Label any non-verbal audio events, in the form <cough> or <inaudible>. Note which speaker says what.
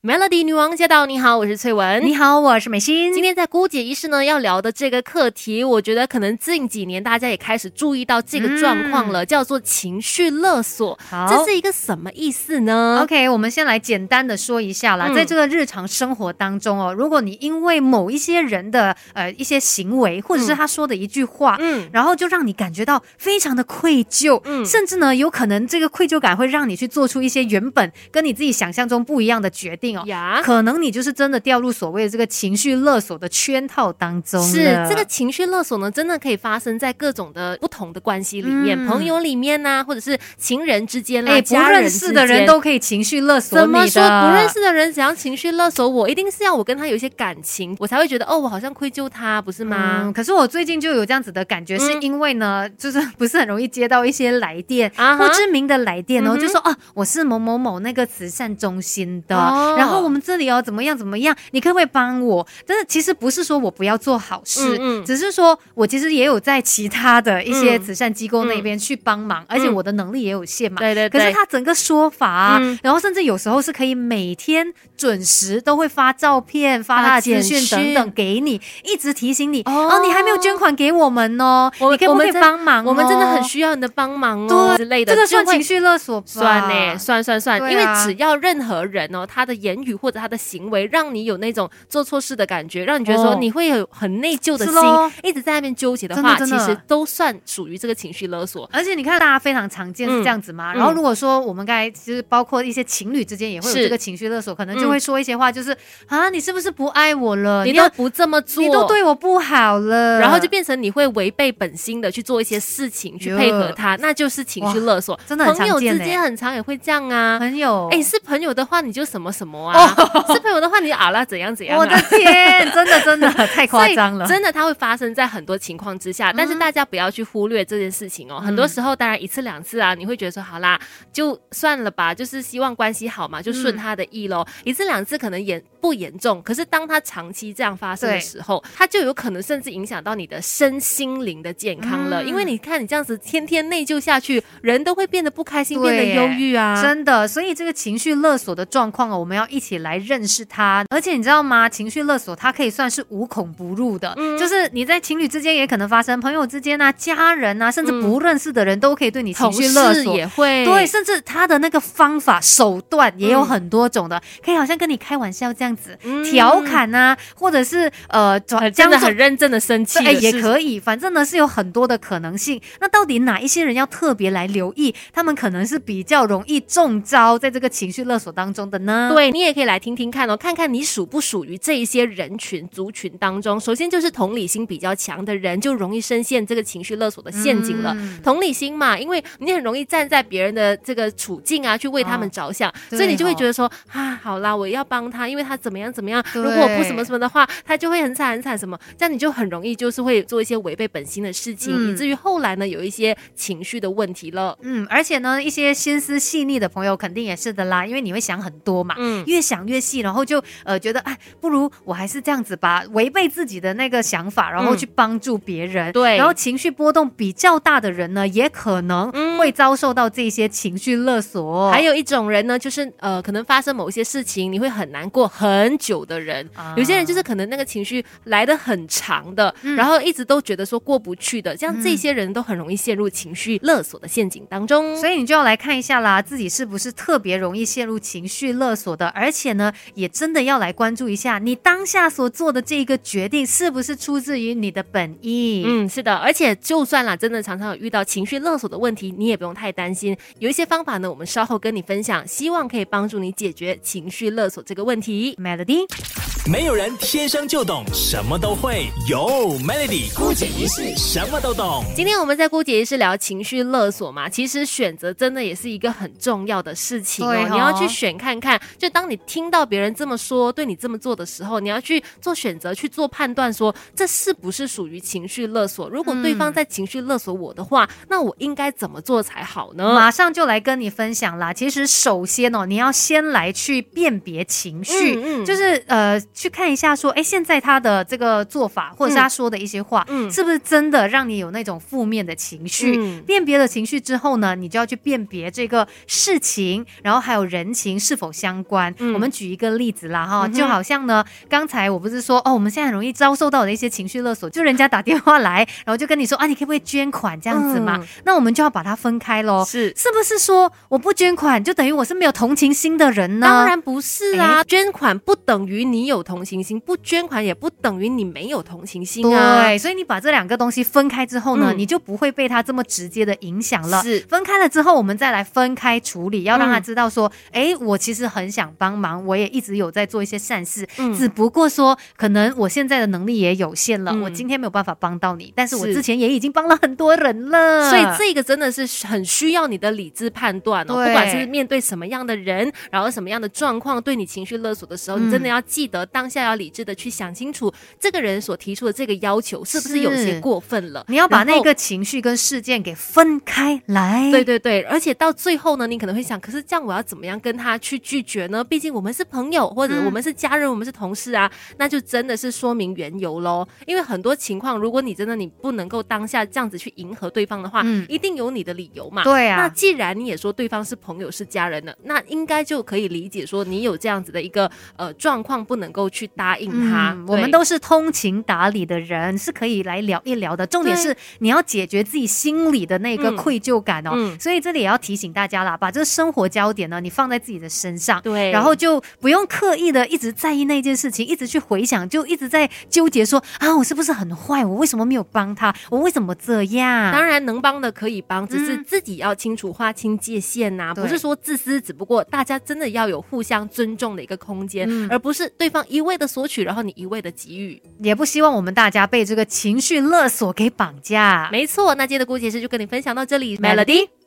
Speaker 1: Melody 女王驾到！你好，我是翠文。
Speaker 2: 你好，我是美心。
Speaker 1: 今天在姑姐医师呢要聊的这个课题，我觉得可能近几年大家也开始注意到这个状况了，叫做情绪勒索。
Speaker 2: 嗯好
Speaker 1: 这是一个什么意思呢
Speaker 2: OK，我们先来简单的说一下啦，
Speaker 1: 嗯
Speaker 2: 在这个日常生活当中哦，如果你因为某一些人的呃一些行为，或者是他说的一句话，
Speaker 1: 嗯，
Speaker 2: 然后就让你感觉到非常的愧疚，
Speaker 1: 嗯
Speaker 2: 甚至呢，有可能这个愧疚感会让你去做出一些原本跟你自己想象中不一样的决定哦，
Speaker 1: 呀，
Speaker 2: 可能你就是真的掉入所谓的这个情绪勒索的圈套当中
Speaker 1: 是
Speaker 2: 了
Speaker 1: 这个情绪勒索呢，真的可以发生在各种的不同的关系里面，
Speaker 2: 嗯
Speaker 1: 朋友里面呐、或者是情人之间啦、
Speaker 2: 哎，不
Speaker 1: 家
Speaker 2: 认
Speaker 1: 之
Speaker 2: 识的人
Speaker 1: 间
Speaker 2: 都可以情绪勒索
Speaker 1: 怎
Speaker 2: 你的，
Speaker 1: 么说不认识的人想要情绪勒索我，一定是要我跟他有一些感情，我才会觉得哦，我好像愧疚他，不是吗
Speaker 2: 嗯，？可是我最近就有这样子的感觉，
Speaker 1: 嗯
Speaker 2: 是因为呢， <laughs> 就是不是很容易接到一些来电。
Speaker 1: 啊哈
Speaker 2: 不知名的来电
Speaker 1: 嗯
Speaker 2: 哦，
Speaker 1: 哼
Speaker 2: 就说啊，我是某某某那个慈善中心的，
Speaker 1: 哦
Speaker 2: 然后我们这里哦怎么样怎么样，你可不可以帮我？但是其实不是说我不要做好事，
Speaker 1: 嗯嗯
Speaker 2: 只是说我其实也有在其他的一些
Speaker 1: 嗯
Speaker 2: 慈善机构那边去帮忙，而且我的能力也有限嘛。
Speaker 1: 对对
Speaker 2: 可
Speaker 1: 对，
Speaker 2: 是他整个说法、啊
Speaker 1: 嗯
Speaker 2: 然后甚至有时候是可以每天准时都会发照片、发
Speaker 1: 发
Speaker 2: 他的资
Speaker 1: 简
Speaker 2: 讯等
Speaker 1: 讯
Speaker 2: 等给你，一直提醒你
Speaker 1: 哦
Speaker 2: 哦你还没有捐款给我们哦，
Speaker 1: 我
Speaker 2: 你可以不
Speaker 1: 我
Speaker 2: 可
Speaker 1: 们
Speaker 2: 以
Speaker 1: 真
Speaker 2: 帮忙哦、
Speaker 1: 我们真的很需要你的帮忙哦之类的，
Speaker 2: 这个算
Speaker 1: 就会欸
Speaker 2: 情绪勒索吧？
Speaker 1: 算呢、算算算，
Speaker 2: 对啊
Speaker 1: 因为只要任何人哦，他的言语或者他的行为，让你有那种做错事的感觉，让你觉得说
Speaker 2: 哦
Speaker 1: 你会有很内疚的
Speaker 2: 是
Speaker 1: 心
Speaker 2: 咯，
Speaker 1: 一直在那边纠结的话，
Speaker 2: 真的真的
Speaker 1: 其实都算属于这个情绪勒索。
Speaker 2: 而且你看，大家非常常见是这样子嘛。
Speaker 1: 嗯
Speaker 2: 然后如果说我们刚才其实包括一些情侣之间也会有
Speaker 1: 是
Speaker 2: 这个情绪勒索，可能
Speaker 1: 嗯
Speaker 2: 就会说一些话，就是、啊，你是不是不爱我了？
Speaker 1: 你
Speaker 2: 呃要
Speaker 1: 都不这么做，
Speaker 2: 你都对我不好了，
Speaker 1: 然后就变成你会违背本心的去做一些事情去配合他，那就是情绪勒索。
Speaker 2: 真的很
Speaker 1: 朋
Speaker 2: 常
Speaker 1: 友之
Speaker 2: 见
Speaker 1: 间
Speaker 2: 欸
Speaker 1: 很常也会这样啊。
Speaker 2: 很有
Speaker 1: 哎，是朋友的话你就什么什么啊， <laughs> 是朋友的话你啊啦怎样怎样、啊。
Speaker 2: 哦我的天，真的 <laughs> 真的太夸张了
Speaker 1: 所以。真的，它会发生在很多情况之下，但是
Speaker 2: 嗯
Speaker 1: 大家不要去忽略这件事情哦。很多时候，当然一次两次啊，你会觉得说好啦，就算了吧，就是希望关系好嘛，就
Speaker 2: 嗯
Speaker 1: 顺他的意喽。一次两次可能严不严重，可是当它长期这样发生的
Speaker 2: 对
Speaker 1: 时候，它就有可能甚至影响到你的身心灵的健康了。
Speaker 2: 嗯
Speaker 1: 因为你看，你这样子天天内疚下去，人都会变得不开心，
Speaker 2: 对
Speaker 1: 变得忧郁啊。
Speaker 2: 真的，所以这个情绪勒索的状况哦，我们要一起来认识它。而且你知道吗？情绪勒索它可以算是无孔不入的，就是你在情侣之间也可能发生，朋友之间啊、家人啊，甚至
Speaker 1: 嗯
Speaker 2: 不认识的人都可以对你情
Speaker 1: 同
Speaker 2: 绪勒
Speaker 1: 事
Speaker 2: 索。
Speaker 1: 也会
Speaker 2: 对，甚至他的那个方法手段也有很多种的，可以好像跟你开玩笑这样子、
Speaker 1: 嗯
Speaker 2: 调侃啊，或者是呃，转
Speaker 1: 真
Speaker 2: 将
Speaker 1: 的很认真的生气
Speaker 2: 对，哎，
Speaker 1: 的事
Speaker 2: 也
Speaker 1: 情，
Speaker 2: 可以，反正呢是有很多的可能性。那到底哪一些人要特别来留意？他们可能是比较容易中招在这个情绪勒索当中的呢？，
Speaker 1: 对你也可以来听听看哦，看看你属不属于这一些人群族群当中。首先就是同理心比较强的人，就容易深陷这个情绪勒索的陷阱了。
Speaker 2: 嗯
Speaker 1: 同理心嘛，因为你很容易站在别人的这个处境啊，去为他们
Speaker 2: 哦
Speaker 1: 着想，
Speaker 2: 对
Speaker 1: 所以你就会
Speaker 2: 哦
Speaker 1: 觉得说啊，好啦，我要帮他，因为他怎么样怎么样，如
Speaker 2: 对
Speaker 1: 果我不什么什么的话，他就会很惨很惨什么，这样你就很容易就是会做一些违背本心的事情，
Speaker 2: 嗯
Speaker 1: 以至于后来呢有一些情绪的问题了。
Speaker 2: 嗯，而且呢，一些心思细腻的朋友肯定也是的啦，因为你会想很多嘛。
Speaker 1: 嗯，
Speaker 2: 越想越细，然后就呃觉得哎，不如我还是这样子吧，违背自己的那个想法，然后去帮助别人。
Speaker 1: 嗯对
Speaker 2: 然后情绪波动比较大的人呢，也可能
Speaker 1: 嗯
Speaker 2: 会遭受到这些情绪勒索。
Speaker 1: 还有一种人呢，就是呃，可能发生某一些事情，你会很难过很久的人。
Speaker 2: 啊
Speaker 1: 有些人就是可能那个情绪来的很长的，
Speaker 2: 嗯
Speaker 1: 然后一直都觉得说过不去的，像
Speaker 2: 嗯
Speaker 1: 这些人都很容易陷入情绪勒索的陷阱当中。
Speaker 2: 所以你就要来看一下啦，自己是不是特别容易陷入情绪勒索的，而且呢，也真的要来关注一下你当下所做的这一个决定是不是出自于你的本意。
Speaker 1: 嗯，是的，而且就算啦，真的常常有遇到情绪勒索的问题，你也不用太担心。有一些方法呢，我们稍后跟你分享，希望可以帮助你解决情绪勒索这个问题。
Speaker 2: Melody，
Speaker 3: 没有人天生就懂什么都会，有 Melody 姑姐一世什么都懂。
Speaker 1: 今天我们在姑姐也是聊情绪勒索嘛，其实选择真的也是一个很重要的事情哦。
Speaker 2: 对哦
Speaker 1: 你要去选看看，就当你听到别人这么说，对你这么做的时候，你要去做选择，去做判断说，这是不是属于情绪勒索？如果对
Speaker 2: 嗯
Speaker 1: 方在情绪勒索我的话，那我应该怎么做才好呢？
Speaker 2: 马上就来跟你分享啦。其实首先哦，你要先来去辨别情绪，
Speaker 1: 嗯嗯
Speaker 2: 就是呃去看一下说，哎，现在他的这个做法，或者是他说的一些话，
Speaker 1: 嗯
Speaker 2: 是不是真的让你有那种负面的情绪？
Speaker 1: 嗯
Speaker 2: 辨别了情绪之后呢，你就要去辨别这个事情，然后还有人情是否相关。
Speaker 1: 嗯
Speaker 2: 我们举一个例子啦，哈，
Speaker 1: 嗯哼
Speaker 2: 就好像呢，刚才我不是说哦，我们现在很容易遭受到的一些情绪勒索，就人家打电话来，然后就跟你说啊，你可不可以捐款这样子嘛？哦
Speaker 1: 嗯
Speaker 2: 那我们就要把它分开喽。
Speaker 1: 是。
Speaker 2: 是不是说我不捐款就等于我是没有同情心的人呢？
Speaker 1: 当然不是啊，捐款不等于你有同情心，不捐款也不等于你没有同情心啊。
Speaker 2: 对，所以你把这两个东西分开之后呢，
Speaker 1: 嗯
Speaker 2: 你就不会被它这么直接的影响了。
Speaker 1: 是
Speaker 2: 分开了之后，我们再来分开处理，要让他
Speaker 1: 嗯
Speaker 2: 知道说，哎、我其实很想帮忙，我也一直有在做一些善事，
Speaker 1: 嗯
Speaker 2: 只不过说可能我现在的能力也有限了，
Speaker 1: 嗯
Speaker 2: 我今天没有办法帮到你，但是我
Speaker 1: 是
Speaker 2: 之前也已经帮了很多人了，
Speaker 1: 所以这个真的是很需要你的理智判断哦，
Speaker 2: 嗯对
Speaker 1: 不管是面对什么样的人，然后什么样的状况对你情绪勒索的时候，
Speaker 2: 嗯
Speaker 1: 你真的要记得当下要理智的去想清楚，这个人所提出的这个要求是不是有些过分了？
Speaker 2: 你要把
Speaker 1: 然
Speaker 2: 那
Speaker 1: 后
Speaker 2: 个情绪跟事件给分开来。
Speaker 1: 对对对，而且到最后呢，你可能会想，可是这样我要怎么样跟他去拒绝呢？毕竟我们是朋友，或者
Speaker 2: 嗯
Speaker 1: 我们是家人，我们是同事啊，那就真的是说明缘由喽。因为很多情况，如果你真的你不能够当下这样子去迎合对方的话，
Speaker 2: 嗯
Speaker 1: 一定有你的理由嘛。
Speaker 2: 对
Speaker 1: 那
Speaker 2: 啊，
Speaker 1: 既然你也说对方是朋友是家人了，那应该就可以理解说你有这样子的一个呃状况，不能够去答应他。
Speaker 2: 嗯，我们
Speaker 1: 对
Speaker 2: 都是通情达理的人，是可以来聊一聊的。重点
Speaker 1: 对
Speaker 2: 是你要解决自己心里的那个
Speaker 1: 嗯
Speaker 2: 愧疚感哦。
Speaker 1: 嗯
Speaker 2: 所以这里也要提醒大家啦，把这个生活焦点呢，你放在自己的身上。
Speaker 1: 对，
Speaker 2: 然后就不用刻意的一直在意那件事情，一直去回想，就一直在纠结说啊，我是不是很坏？我为什么没有帮他？我为什么这样？
Speaker 1: 当然能帮的可以帮，只是
Speaker 2: 嗯
Speaker 1: 自己要清楚划清界限呐、
Speaker 2: 对
Speaker 1: 不是说自私，只不过大家真的要有互相尊重的一个空间，
Speaker 2: 嗯
Speaker 1: 而不是对方一味的索取，然后你一味的给予。
Speaker 2: 也不希望我们大家被这个情绪勒索给绑架。
Speaker 1: 没错，那今天的姑姐是就跟你分享到这里，Melody。
Speaker 2: Melody